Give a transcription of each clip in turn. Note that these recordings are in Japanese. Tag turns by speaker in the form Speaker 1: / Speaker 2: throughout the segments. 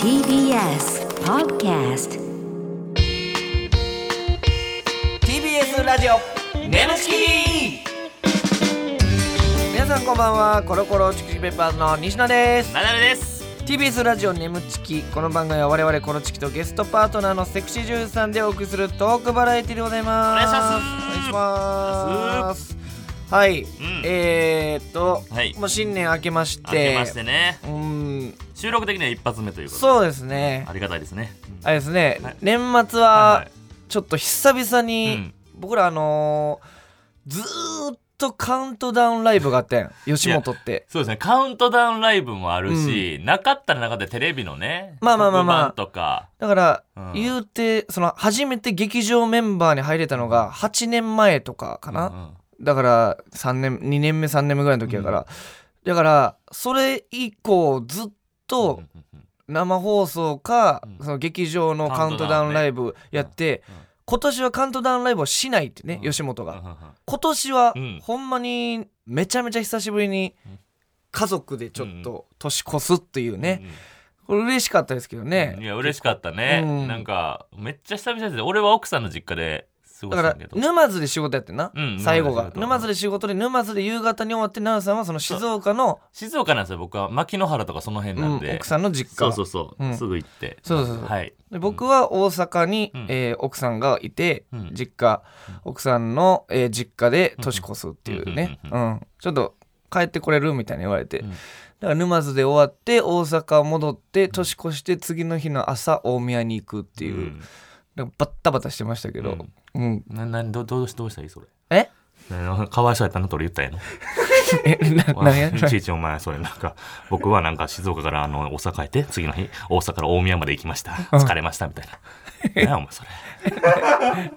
Speaker 1: TBS Podcast
Speaker 2: TBS ラジオ
Speaker 3: ネムチ
Speaker 2: 皆さんこんばんはコロコロチキチキペッパーズの西野です
Speaker 3: ナダルです。
Speaker 2: TBS ラジオ眠チキこの番組は我々コロチキとゲストパートナーのセクシージュースさんでお送りするトークバラエティでございます
Speaker 3: お願い
Speaker 2: お
Speaker 3: します
Speaker 2: 願いしますはい、
Speaker 3: ん
Speaker 2: えーっと、
Speaker 3: はい
Speaker 2: もう新年明けまして
Speaker 3: 明けましてね。
Speaker 2: うん
Speaker 3: 収録的には一発目ということで。
Speaker 2: そうですね
Speaker 3: ありがたいですね。
Speaker 2: あれですね、
Speaker 3: はい
Speaker 2: 年末
Speaker 3: はいは
Speaker 2: はいちょっと久々に、
Speaker 3: うん
Speaker 2: 僕らあのー、ずーっとカウントダウンライブがあってん吉本って
Speaker 3: そうですね。カウントダウンライブもあるし、なかったらなかったらテレビのね。
Speaker 2: まあまあまあまあ
Speaker 3: 特番とか。
Speaker 2: だから、
Speaker 3: うん
Speaker 2: 言うてその初めて劇場メンバーに入れたのが8年前とかかな、
Speaker 3: うん
Speaker 2: だから3年2年目3年目ぐらいの時やから、だからそれ以降ずっと
Speaker 3: うんうんうん
Speaker 2: 生放送か、
Speaker 3: うん
Speaker 2: その劇場のカウントダウンライブやって、
Speaker 3: うんうんうん
Speaker 2: 今年はカウントダウンライブをしないってね、
Speaker 3: うん
Speaker 2: 吉本が、
Speaker 3: うんうんうん
Speaker 2: 今年は、
Speaker 3: うん
Speaker 2: ほんまにめちゃめちゃ久しぶりに
Speaker 3: うん
Speaker 2: 家族でちょっと年越すっていうね、これ嬉しかったですけど
Speaker 3: うんうん。い
Speaker 2: ね、
Speaker 3: や嬉しかったね、
Speaker 2: うん
Speaker 3: なんかめっちゃ久々ですね俺は奥さんの実家で過ご
Speaker 2: だ
Speaker 3: した
Speaker 2: か
Speaker 3: んだ
Speaker 2: ら
Speaker 3: けど
Speaker 2: 沼津で仕事やってんな、
Speaker 3: うん
Speaker 2: 最後が沼
Speaker 3: 沼
Speaker 2: 津
Speaker 3: 津
Speaker 2: で仕事で沼津で夕方に終わって奈良さんはその静岡の、
Speaker 3: 静岡なんですよ僕は牧之原とかその辺
Speaker 2: う
Speaker 3: なんんで、
Speaker 2: 奥さんの実
Speaker 3: そ
Speaker 2: 家
Speaker 3: うそうそう、
Speaker 2: うん
Speaker 3: すぐ行って
Speaker 2: そうそうそう
Speaker 3: はい
Speaker 2: で僕は大阪に、
Speaker 3: うん
Speaker 2: えー奥さんがいて、
Speaker 3: うん
Speaker 2: 実家奥さんの、えー実家で年越すっていうね、
Speaker 3: うん
Speaker 2: うんちょっと帰ってこれるみたいに言われて、
Speaker 3: うん
Speaker 2: だから沼津で終わって大阪戻って年越して次の日の朝大宮に行くっていう、
Speaker 3: うん
Speaker 2: なんかバッタバタしてましたけど、うん
Speaker 3: ななどどうどうしたらいいそれ
Speaker 2: え
Speaker 3: なかわいそうやったなと俺言ったんやの
Speaker 2: え ななんや
Speaker 3: いちいちお前それなんか僕はなんか静岡からあの大阪へって次の日大阪から大宮まで行きました疲れましたみた いな何やお前それ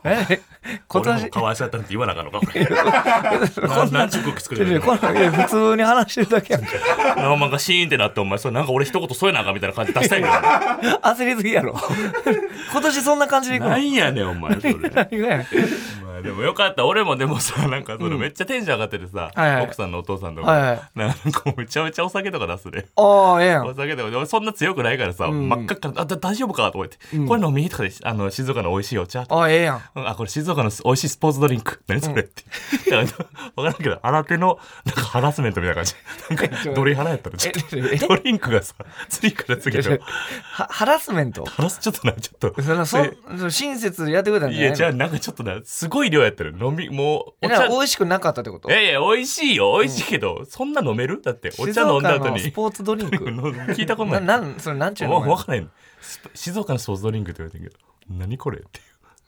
Speaker 2: え 今
Speaker 3: 俺
Speaker 2: 年
Speaker 3: もかわいそうやったなって言わなあかんのかこれ何ちゅう空気作れる
Speaker 2: このいや普通に話してるだけ やん
Speaker 3: なんかシーンってなってお前それなんか俺一言添えなあかんみたいな感じ出したい か
Speaker 2: 焦りすぎや ろ今年そんな感じでいく
Speaker 3: ら
Speaker 2: の
Speaker 3: なんやねんお前それ
Speaker 2: 何がやねん
Speaker 3: まあでもよかった俺もでもさなんかそれめっちゃテンション上がっててさ、
Speaker 2: はいはい
Speaker 3: 奥さんのお父さんとか、
Speaker 2: はいはい
Speaker 3: なんかめちゃめちゃお酒とか出すね
Speaker 2: ああええやん
Speaker 3: お酒とかで俺そんな強くないからさ、
Speaker 2: ん
Speaker 3: 真っ赤っかなあだ大丈夫かと思って、これ飲みとかであの静岡の美味しいお茶とか
Speaker 2: ああええやん
Speaker 3: あこれ静岡の美味しいスポーツドリンク何それって、わ分からんけど新手のなんかハラスメントみた いな感じなんかドリハラやったらちょっと
Speaker 2: ええ
Speaker 3: ドリンクがさ次から次へと
Speaker 2: はハラスメント
Speaker 3: ハラスちょっとなちょっと
Speaker 2: そのそ
Speaker 3: え
Speaker 2: そ親切でやってくれたんじ
Speaker 3: い
Speaker 2: ゃない
Speaker 3: や
Speaker 2: の
Speaker 3: じゃあなんかちょっとなすごい量やったら飲みもう
Speaker 2: え
Speaker 3: お
Speaker 2: なん
Speaker 3: 茶
Speaker 2: か美味しくなかったってこと
Speaker 3: いやいや、美味しいよ、美味しいけど、そんな飲めるだって、お
Speaker 2: 静
Speaker 3: 茶飲んだ
Speaker 2: 岡
Speaker 3: 後
Speaker 2: の
Speaker 3: に。
Speaker 2: スポーツドリン ク
Speaker 3: 聞いたことな。
Speaker 2: ないなんそれなんちゅう
Speaker 3: わ
Speaker 2: の
Speaker 3: わからないのスポ静岡のスポーツドリンクって言われてるけど、何これって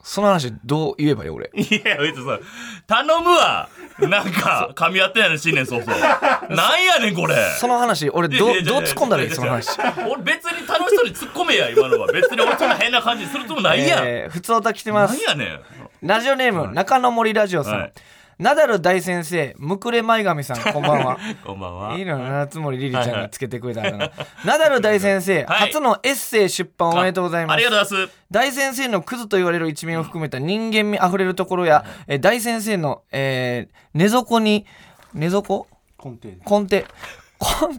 Speaker 2: その話どう言えばいい俺
Speaker 3: いう。いや、別にさ、頼むわなんか、噛み合ってないの、新年早々。なんやねん、これ。
Speaker 2: その話俺どうどう突っ込んだらいいその話
Speaker 3: 俺、別に楽しそうに突っ込めや、今のは。別に俺、そんな変な感じするともないやん。
Speaker 2: えー普通歌来てま
Speaker 3: な
Speaker 2: す
Speaker 3: んやねん。
Speaker 2: ラジオネーム中野森ラジオさん、
Speaker 3: はい
Speaker 2: ナダル大先生むくれ前髪さ んこんばんは
Speaker 3: こんばんは。
Speaker 2: いいのよ七つ森リリちゃんがつけてくれたの、ナダル大先生、
Speaker 3: はい
Speaker 2: 初のエッセイ出版おめでとうございます
Speaker 3: ありがとうございます。
Speaker 2: 大先生のクズと言われる一面を含めた人間味あふれるところや、えー大先生の、えー寝底に寝底根底根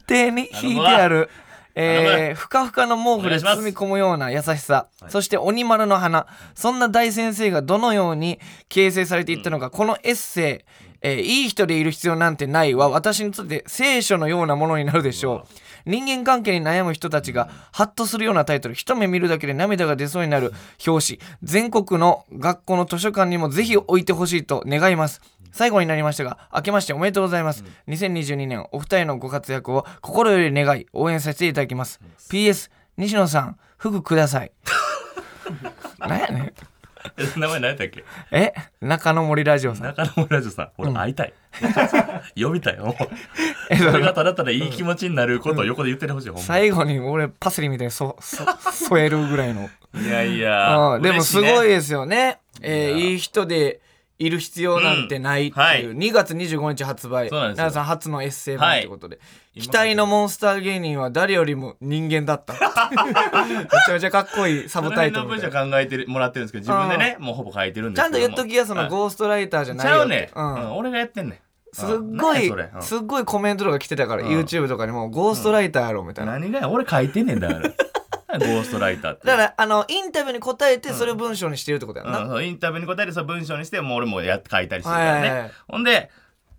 Speaker 2: 底に引いてある。
Speaker 3: 頼む
Speaker 2: えーふかふかの毛布で包み込むような優しさそして鬼丸の花そんな大先生がどのように形成されていったのか、このエッセイ、えーいい人でいる必要なんてない」は私にとって聖書のようなものになるでしょう人間関係に悩む人たちがハッとするようなタイトル一目見るだけで涙が出そうになる表紙全国の学校の図書館にもぜひ置いてほしいと願います最後になりましたが明けましておめでとうございます2022年お二人のご活躍を心より願い応援させていただきます PS 西野さん服ください なんやねん
Speaker 3: 名前何やったっけ
Speaker 2: え中野森ラジオさん
Speaker 3: 中野村ラジオさん、俺会いたい。呼びたいよ。
Speaker 2: えそ
Speaker 3: そ
Speaker 2: の
Speaker 3: れがただただいい気持ちになることを横で言っててほしい、ほんま
Speaker 2: 最後に俺パセリみたいにそそ添えるぐらいの
Speaker 3: いやいや、
Speaker 2: うん、でも
Speaker 3: 嬉し
Speaker 2: す
Speaker 3: ね
Speaker 2: ごいですよね。えーいい人でいる必要なんてないっていう、
Speaker 3: う
Speaker 2: 2月25日発売
Speaker 3: そうなんですよ
Speaker 2: 奈良さん初のエッセイ本
Speaker 3: はい
Speaker 2: ということで、期待のモンスター芸人は誰よりも人間だった めちゃめちゃかっこいいサ
Speaker 3: そ
Speaker 2: ブ
Speaker 3: の
Speaker 2: タイ
Speaker 3: 辺
Speaker 2: ト
Speaker 3: の
Speaker 2: ル
Speaker 3: 文
Speaker 2: みた
Speaker 3: 章
Speaker 2: いな
Speaker 3: 考えてるもらってるんですけど自分でねもうほぼ書いてるん
Speaker 2: ち
Speaker 3: です
Speaker 2: ゃ
Speaker 3: け
Speaker 2: ん
Speaker 3: ど
Speaker 2: と
Speaker 3: も
Speaker 2: 言っときやその
Speaker 3: はい
Speaker 2: ゴーストライターじゃ
Speaker 3: ち
Speaker 2: ない
Speaker 3: ゃ
Speaker 2: よっ
Speaker 3: う
Speaker 2: て
Speaker 3: ね、
Speaker 2: う
Speaker 3: うんん俺がやってんね
Speaker 2: すっご
Speaker 3: 何や
Speaker 2: い
Speaker 3: それうん
Speaker 2: すっごいコメントとか来てたから
Speaker 3: うん
Speaker 2: YouTube とかにもゴーストライターやろみたいな
Speaker 3: 何がや俺書いてんねんだから ゴーストライターって
Speaker 2: だからあのインタビューに答えてそれを文章にしてるってことやん
Speaker 3: うん
Speaker 2: な
Speaker 3: そうインタビューに答えてそれ文章にしてもう俺もやって書いたりしてるか
Speaker 2: はい
Speaker 3: ら
Speaker 2: は
Speaker 3: ね、
Speaker 2: いはい
Speaker 3: ほんで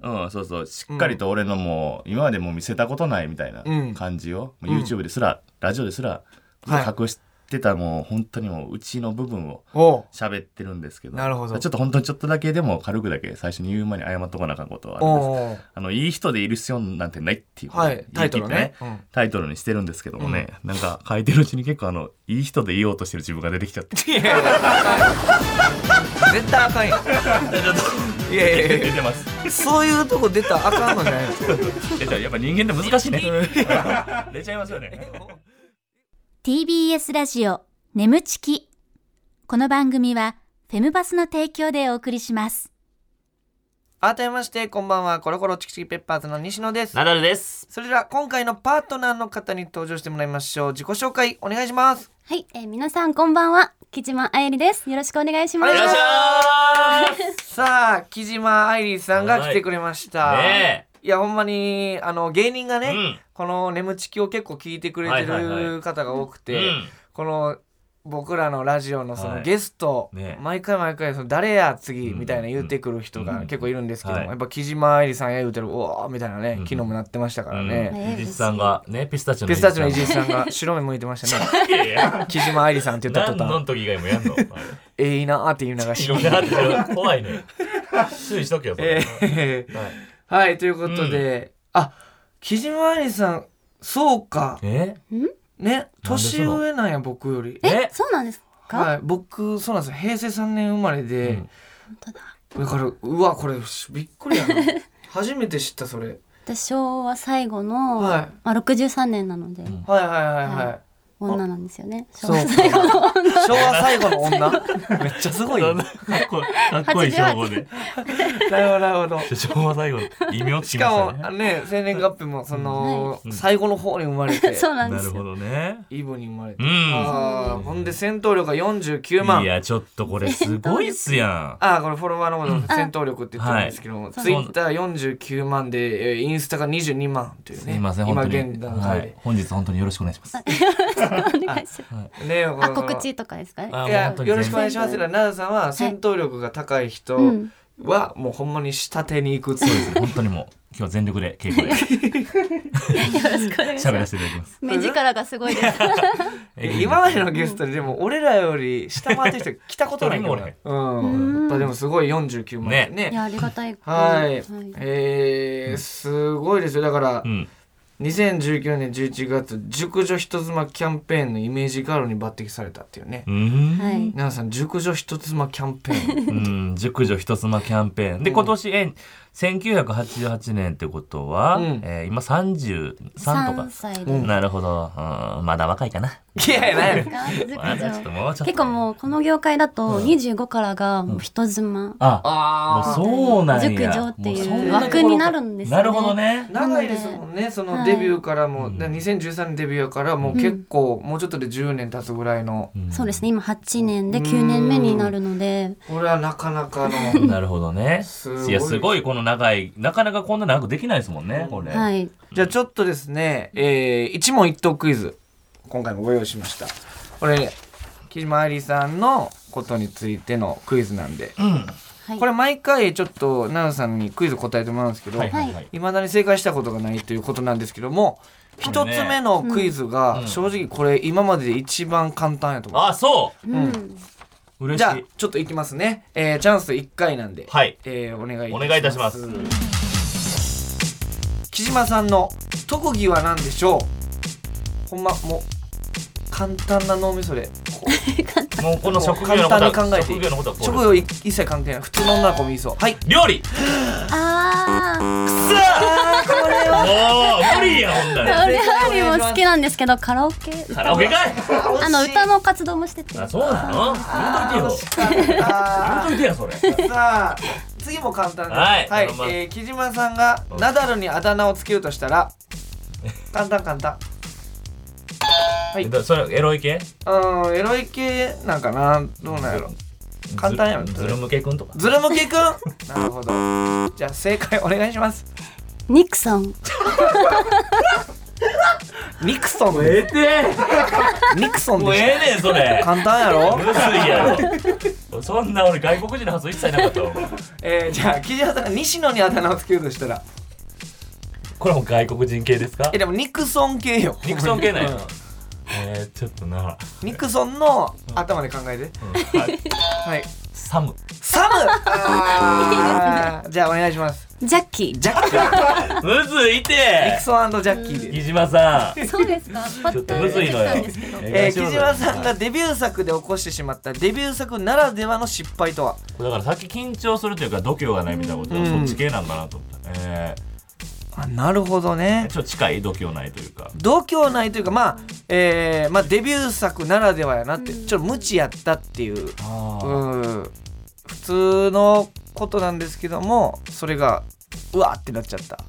Speaker 3: うんそうそうしっかりと俺のもう、今までもう見せたことないみたいな
Speaker 2: うん
Speaker 3: 感じを、もう YouTube ですら、ラジオですら
Speaker 2: はい
Speaker 3: 隠してたもう本当にもううちの部分を
Speaker 2: おう
Speaker 3: 喋ってるんですけど
Speaker 2: なるほど
Speaker 3: ちょっと本当にちょっとだけでも軽くだけ最初に言う前に謝っとかなあかんことはあるんです
Speaker 2: おうおう
Speaker 3: あのいい人でいる必要なんてないっていうこと
Speaker 2: は
Speaker 3: で
Speaker 2: いタイトルねうん
Speaker 3: タイトルにしてるんですけどもね、なんか書いてるうちに結構あのいい人でいようとしてる自分が出てきちゃって
Speaker 2: いやいやいや絶対あかんやん いやいやい
Speaker 3: 出
Speaker 2: や
Speaker 3: てます
Speaker 2: そういうとこ出たらあかんのじゃないの
Speaker 3: えじゃあやっぱ人間って難しいね出ちゃいますよね
Speaker 1: TBS ラジオ眠ちきこの番組はフェムバスの提供でお送りします
Speaker 2: 改めましてこんばんはコロコロチキチキペッパーズの西野です
Speaker 3: ナダルです
Speaker 2: それでは今回のパートナーの方に登場してもらいましょう自己紹介お願いします
Speaker 1: はい、えー皆さんこんばんは木島愛理ですよろしくお願いします
Speaker 2: お願いし
Speaker 3: ゃ
Speaker 2: さあ木島愛理さんが来てくれました、
Speaker 3: はいね
Speaker 2: いやほんまにあの芸人がね、
Speaker 3: うん
Speaker 2: この「眠ちき」を結構聞いてくれて
Speaker 3: はいはいは
Speaker 2: る方が多くて、
Speaker 3: うん
Speaker 2: この僕らのラジオのそ
Speaker 3: は
Speaker 2: の
Speaker 3: い
Speaker 2: ゲスト、
Speaker 3: ね
Speaker 2: 毎回毎回その誰や次
Speaker 3: うん
Speaker 2: みたいな言ってくる人
Speaker 3: うん
Speaker 2: が結構いるんですけども、
Speaker 3: はい
Speaker 2: やっぱ木島愛理さんや言うてる「おお」みたいなね
Speaker 3: うん
Speaker 2: 昨日もなってましたから
Speaker 3: う
Speaker 2: ね、
Speaker 3: んイジスさんがねピスタチオ
Speaker 2: ピスタチオの伊
Speaker 3: ジ
Speaker 2: 集院さんが白目向いてましたね
Speaker 3: いやいや
Speaker 2: 木島愛理さんって言った
Speaker 3: 何
Speaker 2: 途
Speaker 3: の
Speaker 2: 端
Speaker 3: 時以外もやんの
Speaker 2: 「ええいいな」って言いながら
Speaker 3: いろんなあって怖いね注意しとけよそれ
Speaker 2: ええ
Speaker 3: はい
Speaker 2: はいということで、あ木島愛理さんそうか
Speaker 3: え
Speaker 2: ね
Speaker 3: なんでそ
Speaker 2: 年
Speaker 3: の
Speaker 2: 上なんや僕より
Speaker 3: え
Speaker 1: そうなんですか、
Speaker 2: はい僕そうなんですよ平成3年生まれで、だからうわこれびっくり やな初めて知ったそれ
Speaker 1: 私昭和最後の、
Speaker 2: はい
Speaker 1: まあ、63年なので、
Speaker 2: はいはいはいはい、
Speaker 1: は女なんですよね昭
Speaker 2: そう
Speaker 1: 和
Speaker 2: か
Speaker 1: 最後の
Speaker 2: 昭和最後の 女めっちゃすごい
Speaker 3: か
Speaker 2: な
Speaker 3: っこかっこいい称号で
Speaker 2: るほどなるほど
Speaker 3: 昭和最後の異名つき
Speaker 2: し
Speaker 3: ま
Speaker 2: か
Speaker 3: した
Speaker 2: も
Speaker 3: ね
Speaker 2: あのね生年月日もその、
Speaker 3: はい
Speaker 2: 最後の方に生まれて
Speaker 1: そうなんで
Speaker 3: な
Speaker 1: す
Speaker 3: る
Speaker 1: よ
Speaker 3: ほどね
Speaker 2: イブに生まれて、
Speaker 3: うん
Speaker 2: あーほんで戦闘力が49万
Speaker 3: いやちょっとこれすごいっ すや
Speaker 2: あーこれフォロワーのことを戦闘力って言ってるんですけども、
Speaker 3: い
Speaker 2: ツイッター49万でえーインスタが22万というんね
Speaker 3: すいません
Speaker 2: 今
Speaker 3: 本当に
Speaker 2: 現段階
Speaker 3: はい本日本当によろしくお願いします
Speaker 1: お願いします
Speaker 2: で、ねこ
Speaker 1: あ
Speaker 2: の
Speaker 1: 告知とかですかね
Speaker 3: あ
Speaker 2: い
Speaker 3: もう
Speaker 2: や
Speaker 3: 本当に
Speaker 2: よろしくお願いしますだから奈良さんは戦闘力が高い人はもうほんまに下手に行くっていう
Speaker 3: 本当にもう今日は全力で稽 古で喋らせていただきます
Speaker 1: 目力がすごいです
Speaker 2: え今までのゲストででも俺らより下回ってる人来たことない
Speaker 3: 一人もおらへん
Speaker 2: もうんやっぱでもすごい49万ね
Speaker 1: いやありがたい
Speaker 2: はい、
Speaker 1: はい
Speaker 2: えー、すごいですよだから、
Speaker 3: うん
Speaker 2: 2019年11月熟女人妻キャンペーンのイメージガールに抜擢されたっていうね
Speaker 3: うん
Speaker 1: はい
Speaker 2: 奈良さん熟女人妻キャンペ ーン
Speaker 3: うん熟女一妻キャンペーンで今年え1988年ってことは、
Speaker 2: うん
Speaker 3: えー今33とか
Speaker 1: 3歳で
Speaker 3: なるほど、うん、まだ若いかない
Speaker 2: やいやない
Speaker 1: がずく
Speaker 3: まだちょっともうちょっと
Speaker 1: 結構もうこの業界だと25からがもう人妻、
Speaker 3: あもう
Speaker 2: あ
Speaker 3: そうなん
Speaker 1: 熟
Speaker 3: や
Speaker 1: 女って
Speaker 3: もそん
Speaker 1: いう
Speaker 3: な
Speaker 1: 枠になるんですよね
Speaker 3: なるほどね
Speaker 2: あ長いですもんねその
Speaker 1: はい
Speaker 2: デビューからも、だから2013年デビューやからもう結構、もうちょっとで10年経つぐらいの
Speaker 1: そうですね今8年で9年目になるので
Speaker 2: これはなかなかの
Speaker 3: なるほどね
Speaker 2: すごい
Speaker 3: いやすごいこの長いなかなかこんな長くできないですもんねこれ、
Speaker 1: はい
Speaker 2: じゃあちょっとですね、えー一問一答クイズ今回もご用意しましたこれね木島愛理さんのことについてのクイズなんで、
Speaker 1: はい
Speaker 2: これ毎回ちょっと奈良さんにクイズ答えてもらうんですけど、
Speaker 3: はいいはいはい
Speaker 2: まだに正解したことがないということなんですけども一
Speaker 3: これ
Speaker 2: つ
Speaker 3: ね
Speaker 2: 目のクイズが正直これ今までで一番簡単やと思う、
Speaker 3: あそ
Speaker 1: うん
Speaker 3: う嬉しい
Speaker 2: じゃあちょっといきますね、えーチャンス1回なんで、
Speaker 3: はい
Speaker 2: えーお願い
Speaker 3: お願いいたします
Speaker 2: 木島さんの特技は何でしょうほんまもう簡単な脳みそでこう
Speaker 3: もうこの職業の
Speaker 2: 簡
Speaker 3: こと
Speaker 2: 単
Speaker 3: は
Speaker 2: に考えてい
Speaker 3: 職
Speaker 2: い
Speaker 3: 業のことはこう
Speaker 2: 職業い一切関係ない普通の女の子もいいそうはい
Speaker 3: 料理
Speaker 1: あ
Speaker 2: あーこれは
Speaker 3: おお無理やほんだら
Speaker 1: あ俺料理も好きなんですけどカラオケ
Speaker 3: カラオケかい
Speaker 1: あの歌の活動もしてて
Speaker 3: あそうなの言うといてよ
Speaker 2: あ
Speaker 3: 言うといてやそれ
Speaker 2: ーさあ次も簡単です
Speaker 3: はい
Speaker 2: えー木島さんがナダルにあだ名をつけようとしたら簡単簡単
Speaker 3: えそれエロい系
Speaker 2: うんエロい系なんかなどうなんやろ簡単やん
Speaker 3: ズル向けくんとか。
Speaker 2: ズル向けくんなるほどじゃあ正解お願いします
Speaker 1: ニクソン
Speaker 2: ニクソン
Speaker 3: ええて
Speaker 2: ニクソン
Speaker 3: もう
Speaker 2: で
Speaker 3: え
Speaker 2: し
Speaker 3: えねん、それ
Speaker 2: ょ。簡単やろ
Speaker 3: むずいやろ。そんな俺外国人の発想一切なかったわ。
Speaker 2: えー、じゃあ木島さんが西野にあだ名をつけるとしたら
Speaker 3: これも外国人系ですか
Speaker 2: えでもニクソン系よ
Speaker 3: ニクソン系なん
Speaker 2: う
Speaker 3: や
Speaker 2: ん。
Speaker 3: えー、ちょっとな。
Speaker 2: ニクソンの頭で考えて、
Speaker 3: はい
Speaker 2: はい
Speaker 3: サム。
Speaker 2: サムあーじゃあお願いします
Speaker 1: ジャッキ
Speaker 2: ジャッキー
Speaker 3: むずい
Speaker 2: ニ
Speaker 3: て
Speaker 2: クソンジャッキーで
Speaker 3: 木島さん。
Speaker 1: ーそうですかパ
Speaker 3: ちょ
Speaker 1: ッ
Speaker 3: っと
Speaker 1: と
Speaker 3: むずいのよ。
Speaker 2: えー、木島さんがデビュー作で起こしてしまったデビュー作ならではの失敗とは
Speaker 3: だからさっき緊張するというか度胸がないみたいなことは
Speaker 2: うん
Speaker 3: そっち系なんかなと思った、え
Speaker 2: あなるほど
Speaker 3: ー
Speaker 2: ね
Speaker 3: ちょっと近い度胸ないというか
Speaker 2: 度胸ないというかまあ、えーまあ、デビュー作ならではやなってちょっと無知やったっていう
Speaker 3: あ
Speaker 2: うん普通のことなんですけどもそれがうわーってなっちゃった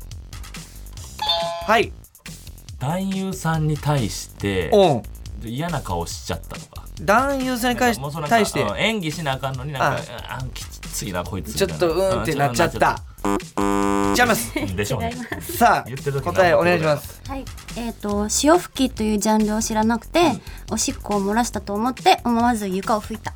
Speaker 2: はい
Speaker 3: 男優さんに対して
Speaker 2: オン
Speaker 3: 嫌な顔しちゃったとか
Speaker 2: 男優さんに関し
Speaker 3: もうそのなんか
Speaker 2: 対して
Speaker 3: うん演技しなあかんのになんかああきついなこいつみ
Speaker 2: ちょ
Speaker 3: た
Speaker 2: っ
Speaker 3: いな
Speaker 2: とうーんってなっちゃったじゃあま
Speaker 3: うんでしょう ね
Speaker 2: すさ
Speaker 3: 言ってる
Speaker 2: あ
Speaker 3: 時
Speaker 2: 答えお願いします
Speaker 4: はい、えっ、と潮吹きというジャンルを知らなくて、おしっこを漏らしたと思って思わず床を拭いた。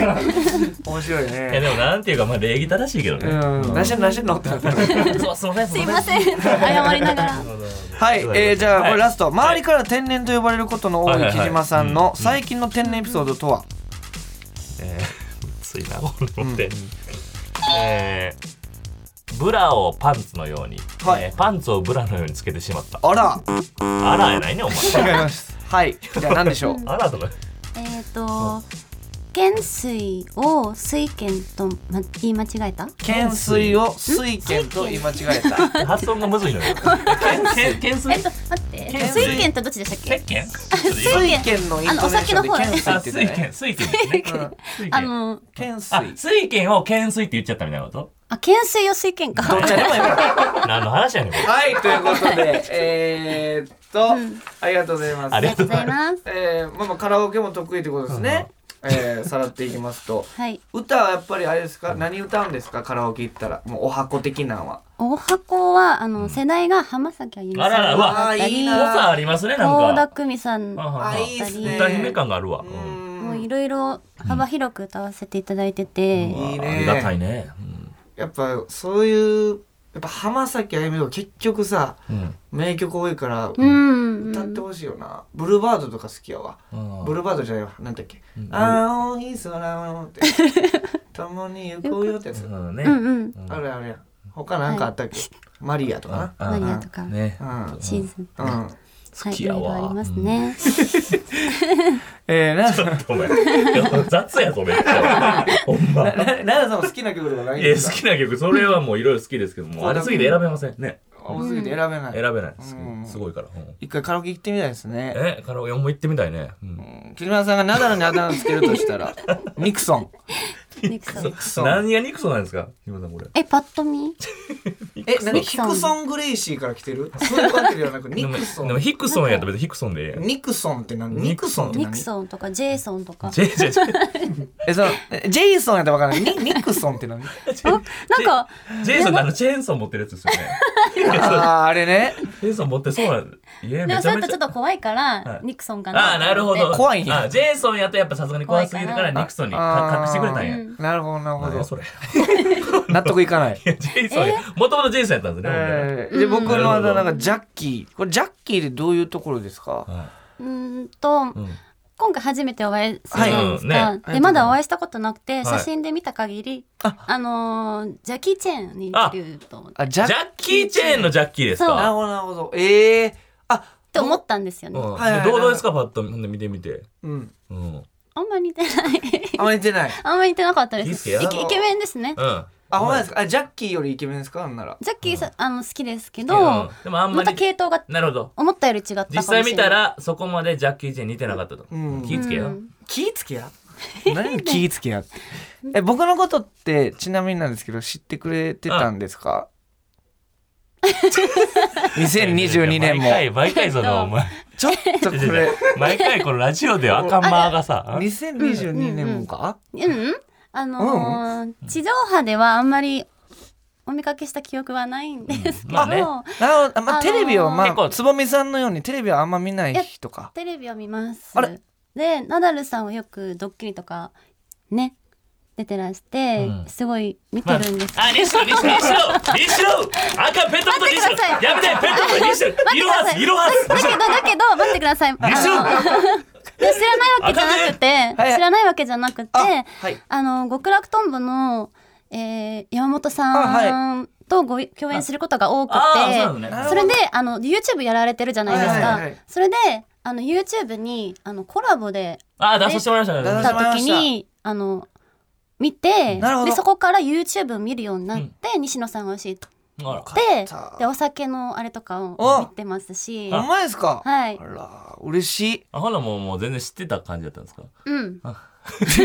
Speaker 2: 面白い
Speaker 3: いや
Speaker 2: ね
Speaker 3: でもなんていうかまあ礼儀正しいけどね、
Speaker 2: う
Speaker 3: うん
Speaker 2: 何してんの何してんのってなった
Speaker 3: そうすいませんすい
Speaker 4: すいません、謝りながら。
Speaker 2: はい、えー、じゃあこれラスト、周りから天然と呼ばれることの多
Speaker 3: はい
Speaker 2: い
Speaker 3: はい
Speaker 2: 木
Speaker 3: はい
Speaker 2: 島さんの最近の天然エピソードとは、
Speaker 3: えー、ついなこれ持って、えーブラをパンツのように、
Speaker 2: はい
Speaker 3: えーパンツをブラのようにつけてしまった
Speaker 2: あら
Speaker 3: あらやないねお前
Speaker 2: 違いますはいじゃあ何でしょう
Speaker 3: あらとか
Speaker 4: えっ、と懸垂を水拳と、ま、言い間違えた？
Speaker 2: 懸垂を水拳と言い間違えた
Speaker 3: 発音がむずいの よけんけん懸垂
Speaker 4: えっと待って
Speaker 3: 懸、垂
Speaker 4: 水拳ってどっちでしたっけ？
Speaker 3: 石鹸
Speaker 2: 水拳のイントネーションで
Speaker 4: あのお酒の方
Speaker 2: 懸垂
Speaker 3: あ
Speaker 2: って
Speaker 3: 水
Speaker 2: 言ってたね
Speaker 3: 拳水拳ですね水
Speaker 4: あ
Speaker 3: 拳
Speaker 4: の
Speaker 2: 懸垂
Speaker 3: あ水拳を懸垂って言っちゃったみたいなこと
Speaker 4: あ懸垂を水拳
Speaker 2: ど
Speaker 4: か
Speaker 2: っ。ちでもいいわ
Speaker 3: 何の話やねんこれ
Speaker 2: はいということでえーっと、ありがとうございます
Speaker 3: あり
Speaker 4: ありがとうございます。
Speaker 2: えー、まあまあカラオケも得意ということですね、えー、さらっていきますと
Speaker 4: はい、
Speaker 2: 歌はやっぱりあれですか何歌うんですかカラオケ行ったらもうお箱的なんは
Speaker 4: お箱はあの世代が浜崎あゆみさん
Speaker 3: あららう
Speaker 4: だ
Speaker 3: わ
Speaker 4: ったり、
Speaker 2: いい
Speaker 3: 誤
Speaker 2: な
Speaker 3: 差ありますねなん
Speaker 4: 倖田
Speaker 3: か
Speaker 4: 來未さん
Speaker 3: あ
Speaker 4: だっ
Speaker 3: はは
Speaker 2: あいいっすね
Speaker 4: 歌
Speaker 3: 歌姫感があるわう
Speaker 2: うん
Speaker 3: ん
Speaker 4: もういろいろ幅広く歌わせていただいてて、
Speaker 2: いいね
Speaker 3: ありがたいねうん
Speaker 2: やっぱそういうやっぱ浜崎あゆみとか結局さ
Speaker 3: うん
Speaker 2: 名曲多いから
Speaker 4: うん、
Speaker 2: 歌ってほしいよな、ブルーバードとか好きやわ、
Speaker 3: うん
Speaker 2: ブルーバードじゃないわなんだっけ、青い空をって共に行こうよってやつ、
Speaker 3: うんね
Speaker 4: うんうん
Speaker 2: あるやんあるやん他なんかあったっけ、マリアとか
Speaker 3: あ
Speaker 4: マリアとか
Speaker 3: ね
Speaker 2: なうん
Speaker 4: シーズン
Speaker 2: うん、
Speaker 4: はい
Speaker 3: き
Speaker 4: い
Speaker 3: や
Speaker 4: ろいろ
Speaker 3: わ
Speaker 4: ありますね、
Speaker 2: えー、なさん
Speaker 3: お前いや雑やぞめっちゃほんま
Speaker 2: ななさんも好きな曲とかないん
Speaker 3: いや
Speaker 2: です
Speaker 3: 好
Speaker 2: か
Speaker 3: きな曲それはもういろいろ好きですけどもあれすぎて選べませんね
Speaker 2: 多すぎて選べない、
Speaker 3: 選べないです
Speaker 2: うん
Speaker 3: すごいからうん
Speaker 2: 一回カラオケ行ってみたいですね
Speaker 3: えカラオケもう行ってみたいねうん
Speaker 2: 木村さんがナダルにあだ名つけるとした らニクソン
Speaker 4: ネクソン
Speaker 2: ニクソン
Speaker 3: 何がニクソンなんですか日村さんこれ
Speaker 4: えパッと見
Speaker 2: え何ヒクソングレイシーから来てるそういうわけではなくニ
Speaker 3: でも
Speaker 2: クソ
Speaker 3: でも
Speaker 2: ン
Speaker 3: ヒクソンやったら別にヒクソンでええやん
Speaker 2: ニクソンって何ニクソンって
Speaker 4: ニ
Speaker 2: 何
Speaker 4: クソンとかジェイソンとか
Speaker 3: 違う違う違う
Speaker 2: えそのえジェイソンやったらわからないニニクソンって何
Speaker 4: なんか
Speaker 3: ジェイソンってあのチェーンソン持ってるやつですよね
Speaker 2: あーあれね
Speaker 3: チェーンソン持ってそうなんいや
Speaker 4: で
Speaker 3: め
Speaker 4: も
Speaker 3: ち
Speaker 4: そ
Speaker 3: ゃ
Speaker 4: れ
Speaker 3: め
Speaker 4: と
Speaker 3: ち
Speaker 4: ちょっ
Speaker 3: ゃ
Speaker 4: と怖いから、
Speaker 3: はい
Speaker 4: ニクソンかな
Speaker 3: ああなるほど
Speaker 2: 怖いんや
Speaker 3: あジェイソンやったらやっぱさすがに怖すぎるから
Speaker 4: 怖いかな
Speaker 3: ニクソンに
Speaker 2: あ
Speaker 3: か隠してくれたんや
Speaker 4: うん
Speaker 2: なるほどなるほ
Speaker 3: 何や
Speaker 2: ど
Speaker 3: それ
Speaker 2: 納得いか ない
Speaker 3: ジェイソンやもともとジェイソンやったんですねほんでね
Speaker 2: えーで僕のあだ名
Speaker 3: な
Speaker 2: が
Speaker 3: る
Speaker 2: ジャッキーこれジャッキーでどういうところですか
Speaker 3: は
Speaker 4: うーんと、
Speaker 3: いうん
Speaker 4: 今回初めてお会いするじゃないですか、
Speaker 3: は
Speaker 2: う
Speaker 3: い
Speaker 2: んね
Speaker 4: でまだお会いしたことなくて、
Speaker 3: い
Speaker 4: 写真で見た限りあのージャッキー・チェーンに似てると思って
Speaker 2: あジャッ
Speaker 3: ジ
Speaker 2: キ
Speaker 3: ャッキー・チェーンのジャッキーです
Speaker 4: そ
Speaker 2: ー
Speaker 4: う
Speaker 2: なる
Speaker 3: か
Speaker 2: ほどなるほどえー、あ
Speaker 4: って思ったんですよね、
Speaker 3: うん
Speaker 2: はいはいはい
Speaker 3: どうどうですかパッとほんで見てみて
Speaker 2: うん
Speaker 3: うん
Speaker 4: あんま似てない
Speaker 2: あんまり出てない
Speaker 4: あんま似てなかったで
Speaker 3: いいっ
Speaker 4: す
Speaker 3: す
Speaker 4: イケ
Speaker 3: よ
Speaker 4: イケメンですね
Speaker 3: うん
Speaker 2: あほんまですかあジャッキーよりイケメンですかなんなら
Speaker 4: ジャッキーさん、あの好きですけど、
Speaker 3: うんでもあん
Speaker 4: ま
Speaker 3: ま
Speaker 4: た
Speaker 3: り
Speaker 4: 系統が
Speaker 3: なるほど
Speaker 4: 思ったより違ったかもしれ
Speaker 3: 実
Speaker 4: ない
Speaker 3: 際見たらそこまでジャッキー・チェン似てなかったと、
Speaker 2: うん
Speaker 3: 気ぃつけよ、
Speaker 4: うん
Speaker 2: 気ぃつけ や何気ぃつけやってえ僕のことってちなみになんですけど知ってくれてたんです か2022年も
Speaker 3: 毎回毎回そのお前
Speaker 2: ちょっとこれ
Speaker 3: 毎回このラジオでは赤んまがさ
Speaker 2: 2022年もか、
Speaker 4: うんうんあのー地上波ではあんまりお見かけした記憶はないんですけど、
Speaker 3: まあね
Speaker 2: なるほど、まあ、
Speaker 4: あのー
Speaker 2: テレビをま
Speaker 3: 結構
Speaker 2: あつぼみさんのようにテレビはあんま見ない人か
Speaker 4: テレビを見ます
Speaker 2: あれ
Speaker 4: でナダルさんはよくドッキリとかね出てらして、
Speaker 3: うん
Speaker 4: すごい見て
Speaker 3: まあ
Speaker 4: るんです、
Speaker 3: あ、リスト、リスト、リスト、リスト。赤ペットボトルリス
Speaker 4: 待ってくださ
Speaker 3: ト。
Speaker 4: い
Speaker 3: やめて、ペットボトルリスト。
Speaker 4: 待
Speaker 3: い
Speaker 4: って
Speaker 3: ろ
Speaker 4: く
Speaker 3: は
Speaker 4: だ
Speaker 3: ず、
Speaker 4: さい
Speaker 3: いろはず。
Speaker 4: だけどだけど待ってくださいあの
Speaker 3: リ
Speaker 4: いや
Speaker 3: ス
Speaker 4: 知らない
Speaker 3: ト。
Speaker 4: わけじゃなくて、
Speaker 2: はい
Speaker 4: 知らないわけじゃなくて
Speaker 2: あ
Speaker 4: あ,、
Speaker 2: はい
Speaker 4: の極楽とんぼの、えー山本
Speaker 2: あ
Speaker 4: さんとご共演することが多くて
Speaker 3: ああ、そうなのね。
Speaker 4: それであの YouTube やられてるじゃないですか、
Speaker 2: はいはいはい
Speaker 4: それであの YouTube にあのコラボで
Speaker 3: あ、出させてもらいました
Speaker 2: 出
Speaker 4: 出
Speaker 3: ね。
Speaker 2: さ
Speaker 4: た
Speaker 2: せてもらいま
Speaker 4: 時
Speaker 2: した
Speaker 4: にあの見て
Speaker 2: なるほど
Speaker 4: でそこから YouTube を見るようになって、西野さんが教えて
Speaker 3: あら
Speaker 2: た
Speaker 4: でお酒のあれとか
Speaker 2: お
Speaker 4: を見てますし
Speaker 2: お前ですか、
Speaker 4: はい
Speaker 2: あら嬉しい
Speaker 3: あほなもう、もう全然知ってた感じだったんですか。
Speaker 4: うん
Speaker 2: す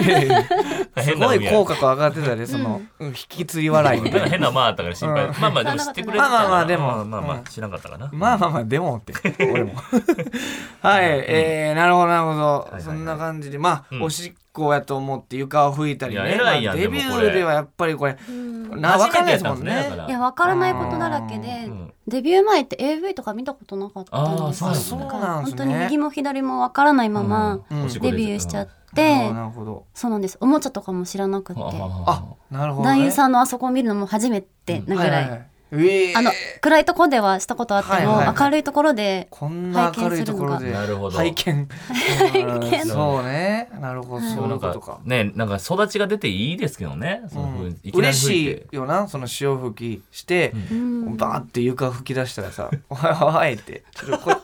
Speaker 3: 変な
Speaker 2: ご
Speaker 3: 海
Speaker 2: い
Speaker 3: や
Speaker 2: 口角上がってたねその、うん引き継ぎ笑いみ
Speaker 3: な
Speaker 2: た
Speaker 3: ん
Speaker 2: い
Speaker 3: か
Speaker 2: な
Speaker 3: 変なまああったから心配。
Speaker 2: うん
Speaker 3: まあまあでも知ってくれてた
Speaker 2: まあまあまあでも
Speaker 3: うんまあ
Speaker 2: う
Speaker 3: ま
Speaker 2: ん
Speaker 3: あ知らんかったかな。
Speaker 2: まあまあまあでもって俺 もはい、えー、なるほどなるほど、
Speaker 3: いはい
Speaker 2: そんな感じでまあ、
Speaker 3: うん
Speaker 2: おしっこやと思って床を拭いたり
Speaker 3: い
Speaker 2: ね
Speaker 3: や偉いやん
Speaker 2: まあデビ
Speaker 3: で
Speaker 2: ュ
Speaker 3: もこれ
Speaker 2: ーではやっぱりこれ、
Speaker 4: うん
Speaker 2: な分かんないですも
Speaker 3: 初
Speaker 2: ん
Speaker 3: めてやった
Speaker 2: ね
Speaker 3: んですだから
Speaker 4: いやわからないことだらけで、
Speaker 3: うん
Speaker 4: デビュー前って AV とか見たことなかったんです
Speaker 3: あー
Speaker 2: なん
Speaker 3: そう
Speaker 4: だ
Speaker 2: ですね
Speaker 4: か
Speaker 2: そうな
Speaker 4: ら
Speaker 2: んで
Speaker 4: 本
Speaker 2: すね
Speaker 4: 当に右も左もわからないまま
Speaker 2: うん
Speaker 3: おしっこ
Speaker 4: デ
Speaker 3: 出
Speaker 4: ビューしちゃっ
Speaker 2: なる
Speaker 4: て、
Speaker 2: ほどなるほど
Speaker 4: そうなんですおもちゃとかも知らなくって
Speaker 3: はあはあは
Speaker 2: あなるほど、ね、
Speaker 4: 男優さんのあそこを見るのも初めてなぐらい。
Speaker 2: はははいえー
Speaker 4: あの暗いところではしたことあっても、
Speaker 2: はいはいはい
Speaker 4: 明るいところで
Speaker 2: こんな明るいところ
Speaker 3: 拝見する
Speaker 2: で
Speaker 3: のがなるほど
Speaker 2: 拝見う んそうねなるほど
Speaker 3: あ
Speaker 2: そう
Speaker 3: でも
Speaker 2: い
Speaker 3: な
Speaker 2: うんこと
Speaker 3: か
Speaker 2: か
Speaker 3: ねなんか育ちが出ていいですけどね。そのふう
Speaker 2: 嬉
Speaker 3: に吹
Speaker 2: し
Speaker 3: い
Speaker 2: い
Speaker 3: て
Speaker 2: よなその潮吹きして、バーって床吹き出したらさ 「おいおい」ってちょっとこう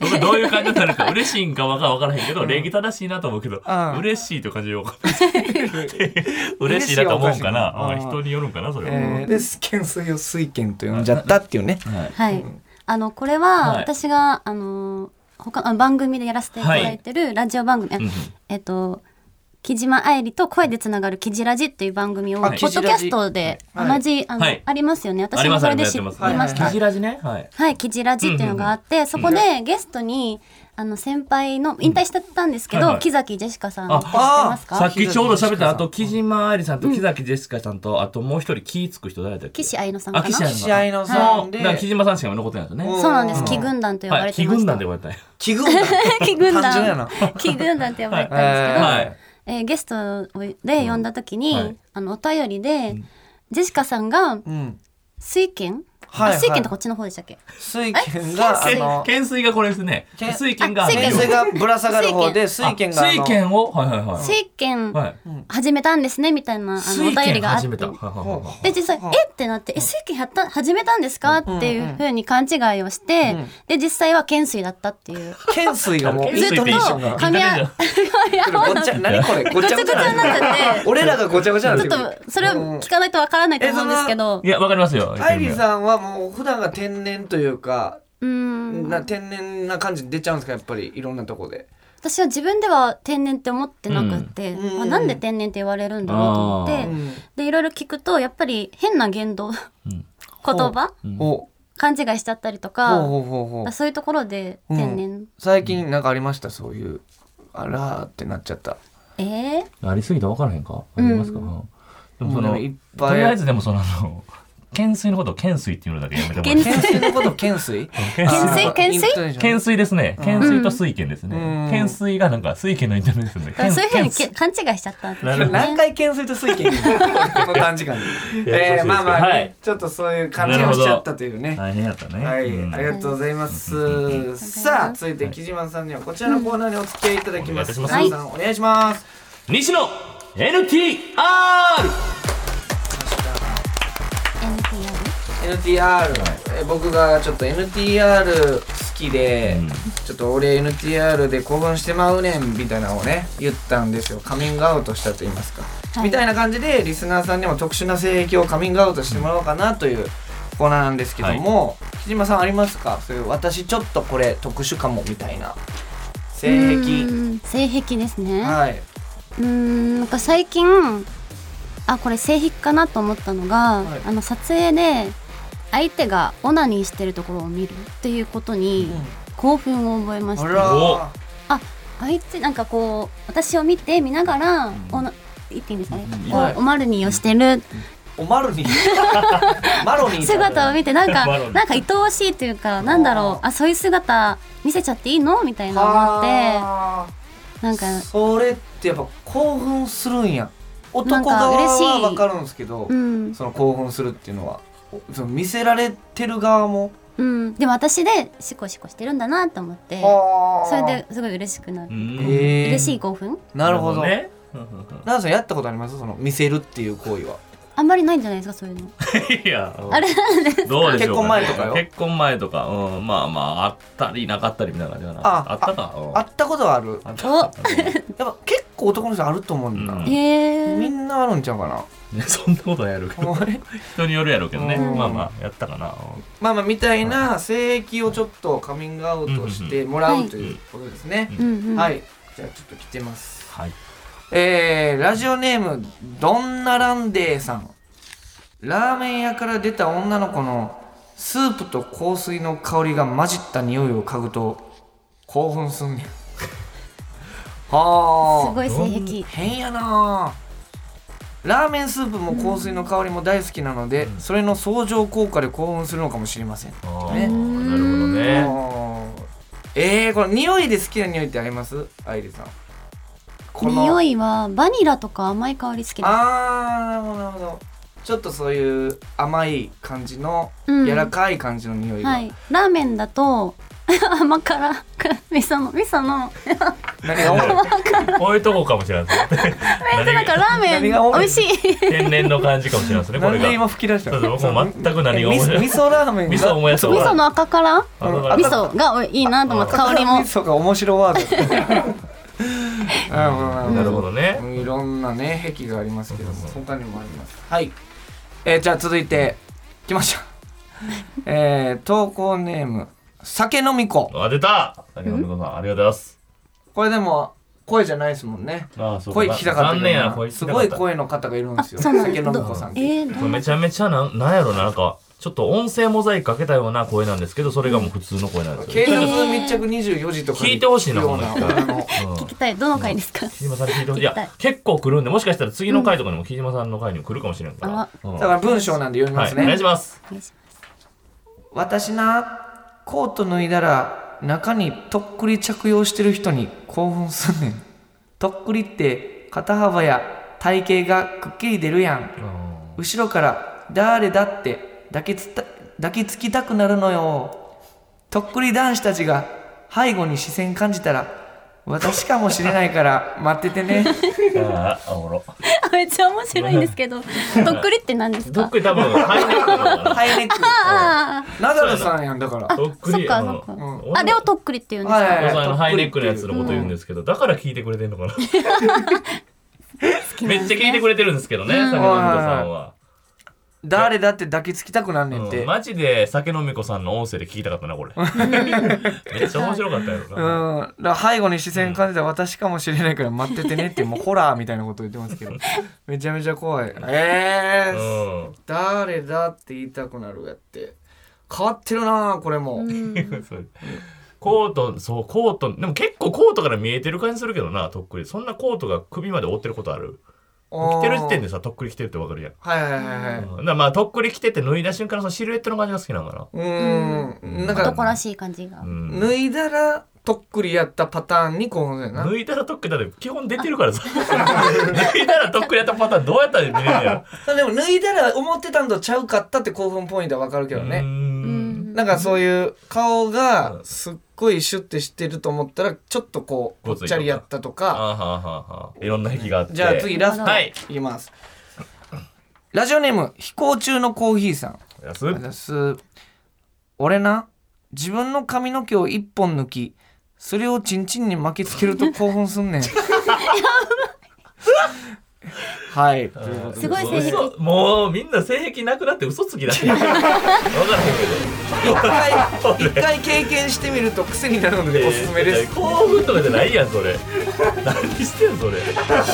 Speaker 3: 僕どういう感じになるか嬉しいんかわかわからへんけど礼儀正しいなと思うけど
Speaker 2: うん
Speaker 3: 嬉しいという感じで分かんない 嬉しいなと思うんかな
Speaker 2: 嬉しいはおかしいな
Speaker 3: うん人によるんかなそれは。
Speaker 2: えー、で剣水を水剣と呼んじゃったっていうね
Speaker 4: はい、あのこれは
Speaker 3: はい
Speaker 4: 私が、あの他のあ番組でやらせていただいてるラジオ番組、あ
Speaker 3: うんうん
Speaker 4: えっと木島愛理と声でつながる「キジラジ」っていう番組をポ
Speaker 2: あ
Speaker 4: ッドキャストで
Speaker 2: はい
Speaker 4: 同じあの
Speaker 3: はい
Speaker 4: ありますよね
Speaker 3: あ
Speaker 4: 私
Speaker 3: り
Speaker 4: も
Speaker 3: ますあ
Speaker 4: それ
Speaker 3: りま
Speaker 4: です知
Speaker 3: あ
Speaker 4: り
Speaker 3: りま。
Speaker 4: ますした
Speaker 3: キジラジね。はい。
Speaker 4: はい、キジラジっていうのがあって、そこでゲストにあの先輩の引退してたんですけど、
Speaker 3: はいはい
Speaker 4: 木崎ジェシカさん知
Speaker 3: あ
Speaker 4: ってます
Speaker 3: さ
Speaker 4: か
Speaker 3: っきちょうど喋ったあと木島愛理さんと木崎ジェシカさんとあともう一人気ぃつく人誰だっけ
Speaker 4: 岸愛乃さんかな
Speaker 3: あ岸愛乃
Speaker 2: 試合のさ
Speaker 3: も
Speaker 2: ん
Speaker 3: うだ
Speaker 2: で
Speaker 3: から木島さんしか残ってないですよね。
Speaker 4: そうなんです
Speaker 2: うん
Speaker 4: 木軍団と呼ば
Speaker 3: は
Speaker 4: れ
Speaker 3: い。
Speaker 4: て
Speaker 3: 木
Speaker 4: ま
Speaker 3: 軍
Speaker 4: した、
Speaker 3: 団で呼ばれたんや
Speaker 2: 気軍団
Speaker 4: 木軍
Speaker 2: 単純やな
Speaker 4: 団 木軍団って呼ばれてたんですけど、
Speaker 3: はい
Speaker 4: えーゲストで呼んだ時に、
Speaker 3: うんはい
Speaker 4: あのお便りで、ジェシカさんが
Speaker 2: うん
Speaker 4: 水拳、
Speaker 2: はいはい
Speaker 4: あ水拳ってこっちの方でしたっけ
Speaker 2: 水剣があ
Speaker 3: け
Speaker 2: の
Speaker 3: 懸垂がこれですね。
Speaker 2: けん
Speaker 3: 水拳が。
Speaker 4: あ水
Speaker 2: 剣
Speaker 4: 剣
Speaker 2: 水がぶら下がる方で水剣があの
Speaker 3: 水拳を。はいはいはい。
Speaker 4: 水拳
Speaker 3: はい。
Speaker 4: 始めたんですねみたいなあのお
Speaker 3: 水
Speaker 4: 便り
Speaker 3: 拳
Speaker 4: があっ
Speaker 3: 始
Speaker 4: て
Speaker 3: めた。はいはいはいはい
Speaker 4: で実際「えっ?」てなって「え水拳やった始めたんですか?」っていうふうに勘違いをして、で実際は懸垂だったっていう。
Speaker 2: 剣水が もう
Speaker 3: ずっと
Speaker 2: イントネーションが
Speaker 4: 噛み合う
Speaker 2: ごっちゃ何これごちゃごちゃ
Speaker 4: ごちゃごちゃになっちゃって
Speaker 2: 俺らがごちゃごちゃにな
Speaker 4: ち
Speaker 2: っ
Speaker 4: ょ
Speaker 2: て
Speaker 4: っ
Speaker 2: る
Speaker 4: とそれを聞かないとわからないと思うんですけど
Speaker 3: いや、わかりますよ。
Speaker 2: アイリーさんはもう普段が天然というか
Speaker 4: うん
Speaker 2: な天然な感じ出ちゃうんですかやっぱりいろんなとこで
Speaker 4: 私は自分では天然って思ってなくって、
Speaker 2: うん
Speaker 4: あなんで天然って言われるんだろうと思って、
Speaker 3: う
Speaker 4: でいろいろ聞くとやっぱり変な言動、言葉
Speaker 2: お
Speaker 4: 勘違いしちゃったりと
Speaker 2: ほう
Speaker 4: か
Speaker 2: ほうほうほう
Speaker 4: そういうところで天然、
Speaker 2: 最近なんかありましたそういうあらーってなっちゃった
Speaker 4: えー、
Speaker 3: ありすぎてわからへんかありますかなでも
Speaker 2: も
Speaker 3: そ
Speaker 2: う
Speaker 3: の、
Speaker 2: でもいっぱい
Speaker 3: とりあえずでもその、あの、懸垂のことを懸垂っていうのだけやめてもらっ
Speaker 4: 懸
Speaker 3: て。
Speaker 2: 懸垂のこと懸垂
Speaker 3: 懸垂
Speaker 4: 垂懸垂
Speaker 3: 懸垂ですね。懸垂と水拳ですね
Speaker 2: うん。
Speaker 3: 懸垂がなんか水拳のインターネットですね。
Speaker 4: だからそういうふうに
Speaker 3: 懸垂
Speaker 4: け勘違いしちゃったんですよ
Speaker 3: なるほど
Speaker 2: 何
Speaker 4: ね。
Speaker 2: 回懸垂と水拳言うのこの短時間に
Speaker 3: や
Speaker 2: えーまあまあね、
Speaker 3: はい
Speaker 2: ちょっとそういう感じをしちゃったというね
Speaker 3: 大変やったね。
Speaker 2: はい、
Speaker 3: うん
Speaker 2: ありがとうございます。さあ、続いて木島さんにはこちらのコーナーにお付き合いいただきます。
Speaker 3: うんお
Speaker 2: 木
Speaker 3: 願
Speaker 2: 島
Speaker 3: いい
Speaker 2: さん、お願いします。
Speaker 3: 西野 NTR!
Speaker 4: NTR
Speaker 2: NTR、えー僕がちょっと NTR 好きで、
Speaker 3: うん
Speaker 2: ちょっと俺 NTR で興奮してまうねんみたいなのをね言ったんですよカミングアウトしたと言いますか、みたいな感じでリスナーさんにも特殊な性癖をカミングアウトしてもらおうかなというコーナーなんですけども、木島さんありますかそういう私ちょっとこれ特殊かもみたいな性
Speaker 4: う
Speaker 2: 癖
Speaker 4: ん性癖ですね。
Speaker 2: はい、
Speaker 4: うーんなんか最近あこれ性癖かなと思ったの
Speaker 2: は
Speaker 4: が、
Speaker 2: い
Speaker 4: あの撮影で相手がオナニーしてるところを見るっていうことに興奮を覚えまし
Speaker 2: あ
Speaker 4: た、
Speaker 2: ら
Speaker 3: お
Speaker 4: ああいつなんかこう私を見て見ながら、オナ言っていいんですかね、
Speaker 2: ん
Speaker 4: こう
Speaker 2: はい
Speaker 4: おまるにをしてる
Speaker 2: おま るにマロニーだ
Speaker 4: 姿を見てなんか
Speaker 3: マロニー
Speaker 4: なんか愛おしいというかなんだろうあそういう姿見せちゃっていいのみたいな思って
Speaker 2: は
Speaker 4: なんか
Speaker 2: ーそれってやっぱ興奮するんや
Speaker 4: な
Speaker 2: 男
Speaker 4: んか
Speaker 2: 側
Speaker 4: 嬉しい
Speaker 2: は分かるんですけど、
Speaker 4: うん
Speaker 2: その興奮するっていうのはその見せられてる側も
Speaker 4: うんでも私でシコシコしてるんだなと思ってそ
Speaker 2: そ
Speaker 4: れですごい嬉しくなる
Speaker 3: ん
Speaker 2: えー、
Speaker 4: 嬉しい興奮
Speaker 2: なるほど
Speaker 3: ねうんうんう
Speaker 2: 奈々さんやったことありますその見せるっていう行為は
Speaker 4: あんまりないんじゃないですかそういうの
Speaker 3: んいや
Speaker 4: あれなんです
Speaker 3: どうでし
Speaker 2: 結
Speaker 3: ょう
Speaker 2: 婚前とかよ
Speaker 3: 結婚前とかうんまあまああったりなかったりみたいな感じかな
Speaker 2: あ
Speaker 3: あったかうん
Speaker 2: あったことはある
Speaker 3: あったか
Speaker 2: やっぱ結構男の人あると思うんだ
Speaker 3: う
Speaker 2: な、
Speaker 3: ん
Speaker 4: へ
Speaker 2: み
Speaker 4: え
Speaker 2: んなあるんちゃうか な
Speaker 3: うん そんなことはやるけど人によるやろうけどね
Speaker 2: うん
Speaker 3: まあまあやったかな
Speaker 2: まあまあみたいな性域をちょっとカミングアウトしてもら
Speaker 4: うんうんう
Speaker 2: うんということですね
Speaker 4: うんうん
Speaker 2: はいじゃあちょっと来てます
Speaker 3: はい
Speaker 2: えー、ラジオネームどんなランデーさんラーメン屋から出た女の子のスープと香水の香りが混じった匂いを嗅ぐと興奮すんねんはあ
Speaker 4: すごい性癖
Speaker 2: 変やなあラーメンスープも香水の香りも大好きなので、それの相乗効果で興奮するのかもしれません、
Speaker 3: あー
Speaker 2: ね
Speaker 3: なるほどね
Speaker 2: あーえー、この匂いで好きな匂いってあります愛理さんこの
Speaker 4: 匂いはバニラとか甘い香り好きです
Speaker 2: あーなるほどなるほどちょっとそういう甘い感じの、
Speaker 4: うん
Speaker 2: 柔らかい感じの匂いが、
Speaker 4: はいラーメンだと 甘辛く味噌の味噌の
Speaker 2: 何が思う
Speaker 3: こういうとこかもしれないです ね
Speaker 4: えなんかラーメン
Speaker 2: 何
Speaker 4: 美
Speaker 2: が多い
Speaker 4: 味しい
Speaker 3: 天然の感じかもしれないですねこ
Speaker 2: なん
Speaker 3: れ
Speaker 2: で今
Speaker 3: が
Speaker 2: 吹き出した
Speaker 3: そうそう僕も全く何が面白い
Speaker 2: え味噌味噌ラーメンが
Speaker 3: 味噌思い出した
Speaker 4: 味噌の赤
Speaker 3: あ
Speaker 4: 辛
Speaker 3: だか
Speaker 2: あ
Speaker 3: ら
Speaker 4: 味噌がいいなと思って香りも
Speaker 2: 味噌が面白ワードなるほどなるほど
Speaker 3: なるほどね
Speaker 2: うんいろんなね癖がありますけども
Speaker 3: そうそ
Speaker 2: 他にもありますはい、えーじゃあ続いて来ま したえー、投稿ネーム酒飲み子
Speaker 3: あ出た竹野美子さんありがとうございます
Speaker 2: これでも声じゃないですもんね
Speaker 3: あーそうか
Speaker 2: 声聞きたかった
Speaker 3: 残
Speaker 2: け
Speaker 3: 念
Speaker 2: ど
Speaker 3: や
Speaker 2: な
Speaker 3: な声聞き
Speaker 2: す
Speaker 3: たか
Speaker 2: ご
Speaker 3: っ
Speaker 2: い
Speaker 3: た
Speaker 2: 声の方がいるんですよ
Speaker 4: あそうなんだ
Speaker 2: 酒飲み子さんって
Speaker 4: えー、
Speaker 3: これめちゃめちゃなんなんやろななんかちょっと音声モザイクかけたような声なんですけどそれがもう普通の声なんですよ
Speaker 2: 警察密着24時とかに
Speaker 3: 聞いてほしいな
Speaker 2: よう
Speaker 3: ほんまに
Speaker 2: あの
Speaker 3: うん
Speaker 4: 聞きたいどの回です か、
Speaker 3: 木島さんに聞いてほしい。い
Speaker 4: 聞きた
Speaker 3: や
Speaker 4: い、
Speaker 3: 結構来るんで、もしかしたら次の回とかにも木島さんの回にも来るかもしれんから。
Speaker 4: あ
Speaker 3: うん
Speaker 2: だから文章なんで読みま
Speaker 3: はい、
Speaker 2: す
Speaker 3: お
Speaker 2: ね、
Speaker 3: 願いします。
Speaker 2: 私なコート脱いだら中にとっくり着用してる人に興奮すんねんとっくりって肩幅や体型がくっきり出るやん後ろから「誰だ?」って抱きつた抱きつきたくなるのよとっくり男子たちが背後に視線感じたら私かもしれないから待っててね
Speaker 3: あーあ、おもろ。
Speaker 4: めっちゃ面白いんで すけどとっくりって何です
Speaker 3: どっ
Speaker 4: か
Speaker 3: くり多分、入れるのかな。
Speaker 2: ハイ ネック
Speaker 4: あ
Speaker 2: ナダルさんやんだから
Speaker 3: どっくり。
Speaker 4: そっか
Speaker 3: あの
Speaker 4: そっか
Speaker 3: うん
Speaker 4: ああれをとっくりって言うんですか、
Speaker 2: はい
Speaker 3: おさんのハイネックのやつのこと言うんですけど、だから聞いてくれてんのかな。 めっちゃ聞いてくれてるんですけどね、酒飲み子さんは。
Speaker 2: 誰だって抱きつきたくなんねんっ
Speaker 3: う
Speaker 2: て
Speaker 3: んマジで酒飲み子さんの音声で聞きたかった な、これ。めっちゃ面白かったやろ
Speaker 2: う
Speaker 3: な。
Speaker 2: ん、だから背後に視線感じたら私かもしれないから待っててねって もうホラーみたいなこと言ってますけどめちゃめちゃ怖いえ
Speaker 3: う
Speaker 2: ー、
Speaker 3: ん。
Speaker 2: 誰だって言いたくなるやって変わってるなこれも、
Speaker 3: そうコートそうコートでも結構コートから見えてる感じするけどなとっくりそんなコートが首まで覆ってることある着てる時点
Speaker 2: で
Speaker 3: でさとっくり着てるってわかるやん
Speaker 2: はいはいはいはい
Speaker 3: うんだからまあとっくり着てて脱いだ瞬間のそのシルエットの感じが好きなのか
Speaker 2: うん、ん、なんか
Speaker 4: 男らしい感じが、
Speaker 3: な、うん
Speaker 2: 脱いだらとっくりやったパターンに興奮するな
Speaker 3: 脱いだらとっくりだって基本出てる からさ脱いだらとっくりやったパターンどうやったら見れるんや
Speaker 2: でも脱いだら思ってたんとちゃうかったって興奮ポイントはわかるけど
Speaker 3: ろ
Speaker 2: ね、
Speaker 3: うん
Speaker 2: なんかそういう顔がすっごいシュッてしてると思ったらちょっとこうぽっちゃりやったと
Speaker 3: あ
Speaker 2: か
Speaker 3: ははははいろんな癖があって
Speaker 2: じゃあ次ラスト
Speaker 3: はい
Speaker 2: 言いますラジオネーム飛行中のコーヒーさん
Speaker 3: 安っ
Speaker 2: です俺な自分の髪の毛を一本抜きそれをチンチンに巻きつけると興奮すんねんはいということです
Speaker 4: ごい性癖
Speaker 3: 嘘もうみんな性癖なくなって嘘つきだ ってわからへん
Speaker 2: 一回一回経験してみると癖になるの
Speaker 3: けど
Speaker 2: でおすすめです
Speaker 3: 興奮とかじゃないやんそれ何してんそれ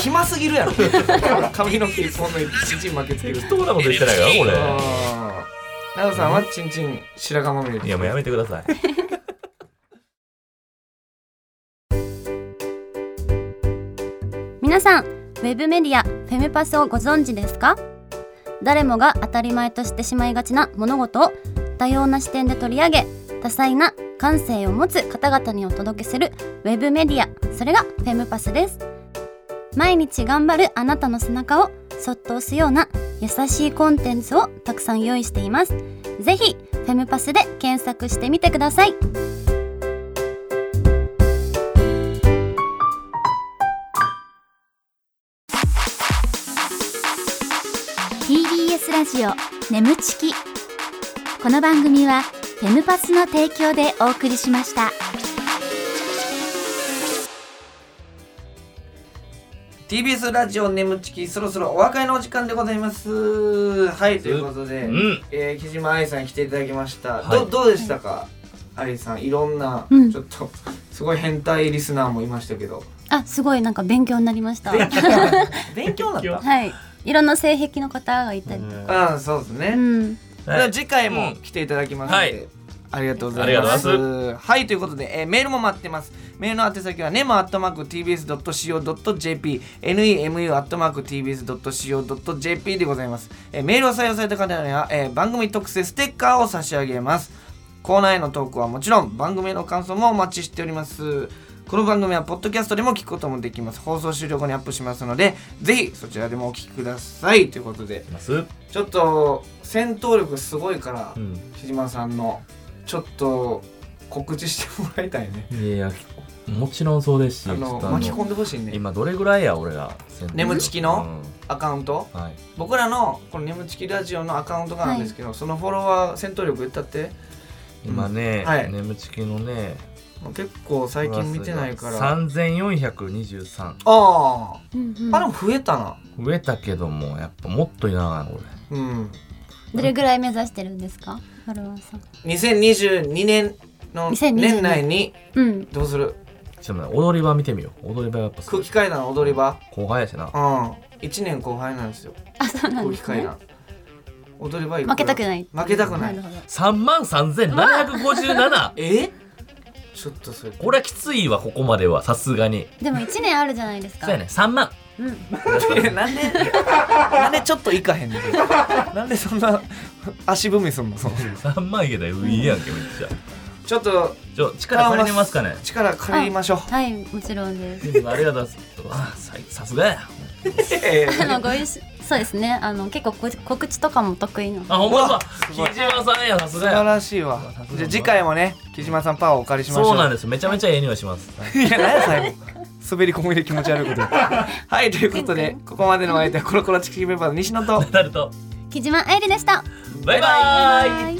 Speaker 2: 暇すぎるやろ 髪の毛一本抜いてチンチン巻きつける
Speaker 3: 適当なことしてないからこれ
Speaker 2: あー奈良さんはチンチン白髪まみれです
Speaker 3: いやもうやめてください
Speaker 4: 皆さんウェブメディアフェムパスをご存知ですか誰もが当たり前としてしまいがちな物事を多様な視点で取り上げ多彩な感性を持つ方々にお届けするウェブメディアそれがフェムパスです毎日頑張るあなたの背中をそっと押すような優しいコンテンツをたくさん用意していますぜひフェムパスで検索してみてください
Speaker 1: ラジオ眠ちきこの番組はフェムパスの提供でお送りしました。
Speaker 2: TBS ラジオ眠ちきそろそろお別れのお時間でございますはいということで、
Speaker 3: ん
Speaker 2: えー、木島愛さんに来ていただきました、
Speaker 3: はい
Speaker 2: どどうでしたか、愛さんいろんな、
Speaker 4: うん
Speaker 2: ちょっとすごい変態リスナーもいましたけど
Speaker 4: あすごいなんか勉強になりましたは
Speaker 2: 勉強なんだ
Speaker 4: いいろんな性癖の方がいたりとか
Speaker 2: あそうですね、
Speaker 4: うん
Speaker 2: では次回も来ていただきますので、
Speaker 3: うん
Speaker 2: ありがとうございます。
Speaker 3: ありがとう
Speaker 2: はい、ということで、えーメールも待ってます。メールの宛先は nemo.tbs.co.jp、nemu.tbs.co.jp でございます、えーメールを採用された方には、えー番組特製ステッカーを差し上げます。コーナーへの投稿はもちろん、番組への感想もお待ちしております。この番組はポッドキャストでも聞くこともできます。放送終了後にアップしますので、ぜひそちらでもお聞きください。ということで、
Speaker 3: ます
Speaker 2: ちょっと戦闘力すごいから、
Speaker 3: うん
Speaker 2: 木島さんのちょっと告知してもらいたいね
Speaker 3: いやもちろんそうですし
Speaker 2: あ
Speaker 3: ちょ
Speaker 2: の
Speaker 3: っとあの
Speaker 2: 巻き込んでほしいね
Speaker 3: 今どれぐらいや俺が宣伝
Speaker 2: 眠ちきのアカウント
Speaker 3: うんはい
Speaker 2: 僕らのこの「眠ちきラジオ」のアカウントがなんですけど、そのフォロワー戦闘力言ったって
Speaker 3: 今ね
Speaker 2: はい
Speaker 3: 眠ちきのね
Speaker 2: もう結構最近見てないからあ
Speaker 3: 3423
Speaker 2: あ
Speaker 4: うんうん
Speaker 2: ーあでも増えたな
Speaker 3: 増えたけどもやっぱもっといらない俺
Speaker 2: うん
Speaker 4: どれぐらい目指してるんですかフォロワーさん
Speaker 2: 2022年の
Speaker 4: 2022
Speaker 2: 年内に
Speaker 4: うん
Speaker 2: どうする
Speaker 3: ちょっと待って踊り場見てみよう踊り場やっぱすご
Speaker 2: 空
Speaker 3: い
Speaker 2: 気階段踊り場
Speaker 3: 後輩やしな
Speaker 2: うん1年後輩なんですよ
Speaker 4: あそうなん
Speaker 2: 空
Speaker 4: で
Speaker 2: 気
Speaker 4: す
Speaker 2: 階
Speaker 4: ね
Speaker 2: 段踊り場いくら
Speaker 4: 負けたくない
Speaker 2: 負けたくない
Speaker 4: なるほど
Speaker 3: 3万3757
Speaker 2: えちょっとそれ
Speaker 3: これはきついわここまではさすがに
Speaker 4: でも一年あるじゃないですか
Speaker 3: そうやね3万
Speaker 4: うん
Speaker 2: えなんでなんでちょっといかへんのなんでそんな足踏みすんのその
Speaker 3: 3万いけたらいいやんけめっちゃ
Speaker 2: ちょっと
Speaker 3: ちょ力借りてますかね
Speaker 2: 力借りましょう
Speaker 4: はいもちろん です
Speaker 3: ありがとうございますあささすがや
Speaker 2: え
Speaker 4: あのご一緒そうですねあの結構こ告知とかも得意な
Speaker 3: あほんまだ木
Speaker 2: すごい
Speaker 3: 島さんやさす
Speaker 2: 素
Speaker 3: が
Speaker 2: 晴
Speaker 3: や
Speaker 2: らしいわじゃあ次回もね木島さんパワーをお借りしましょう
Speaker 3: そうなんですめちゃめちゃええ匂いします
Speaker 2: いや何や最後 滑り込みで気持ち悪い ことはいということでここまでのお相手はコロコロチキチキペーパーの西野と
Speaker 3: なると
Speaker 4: 木島愛理でした
Speaker 3: バイバーイ
Speaker 4: イ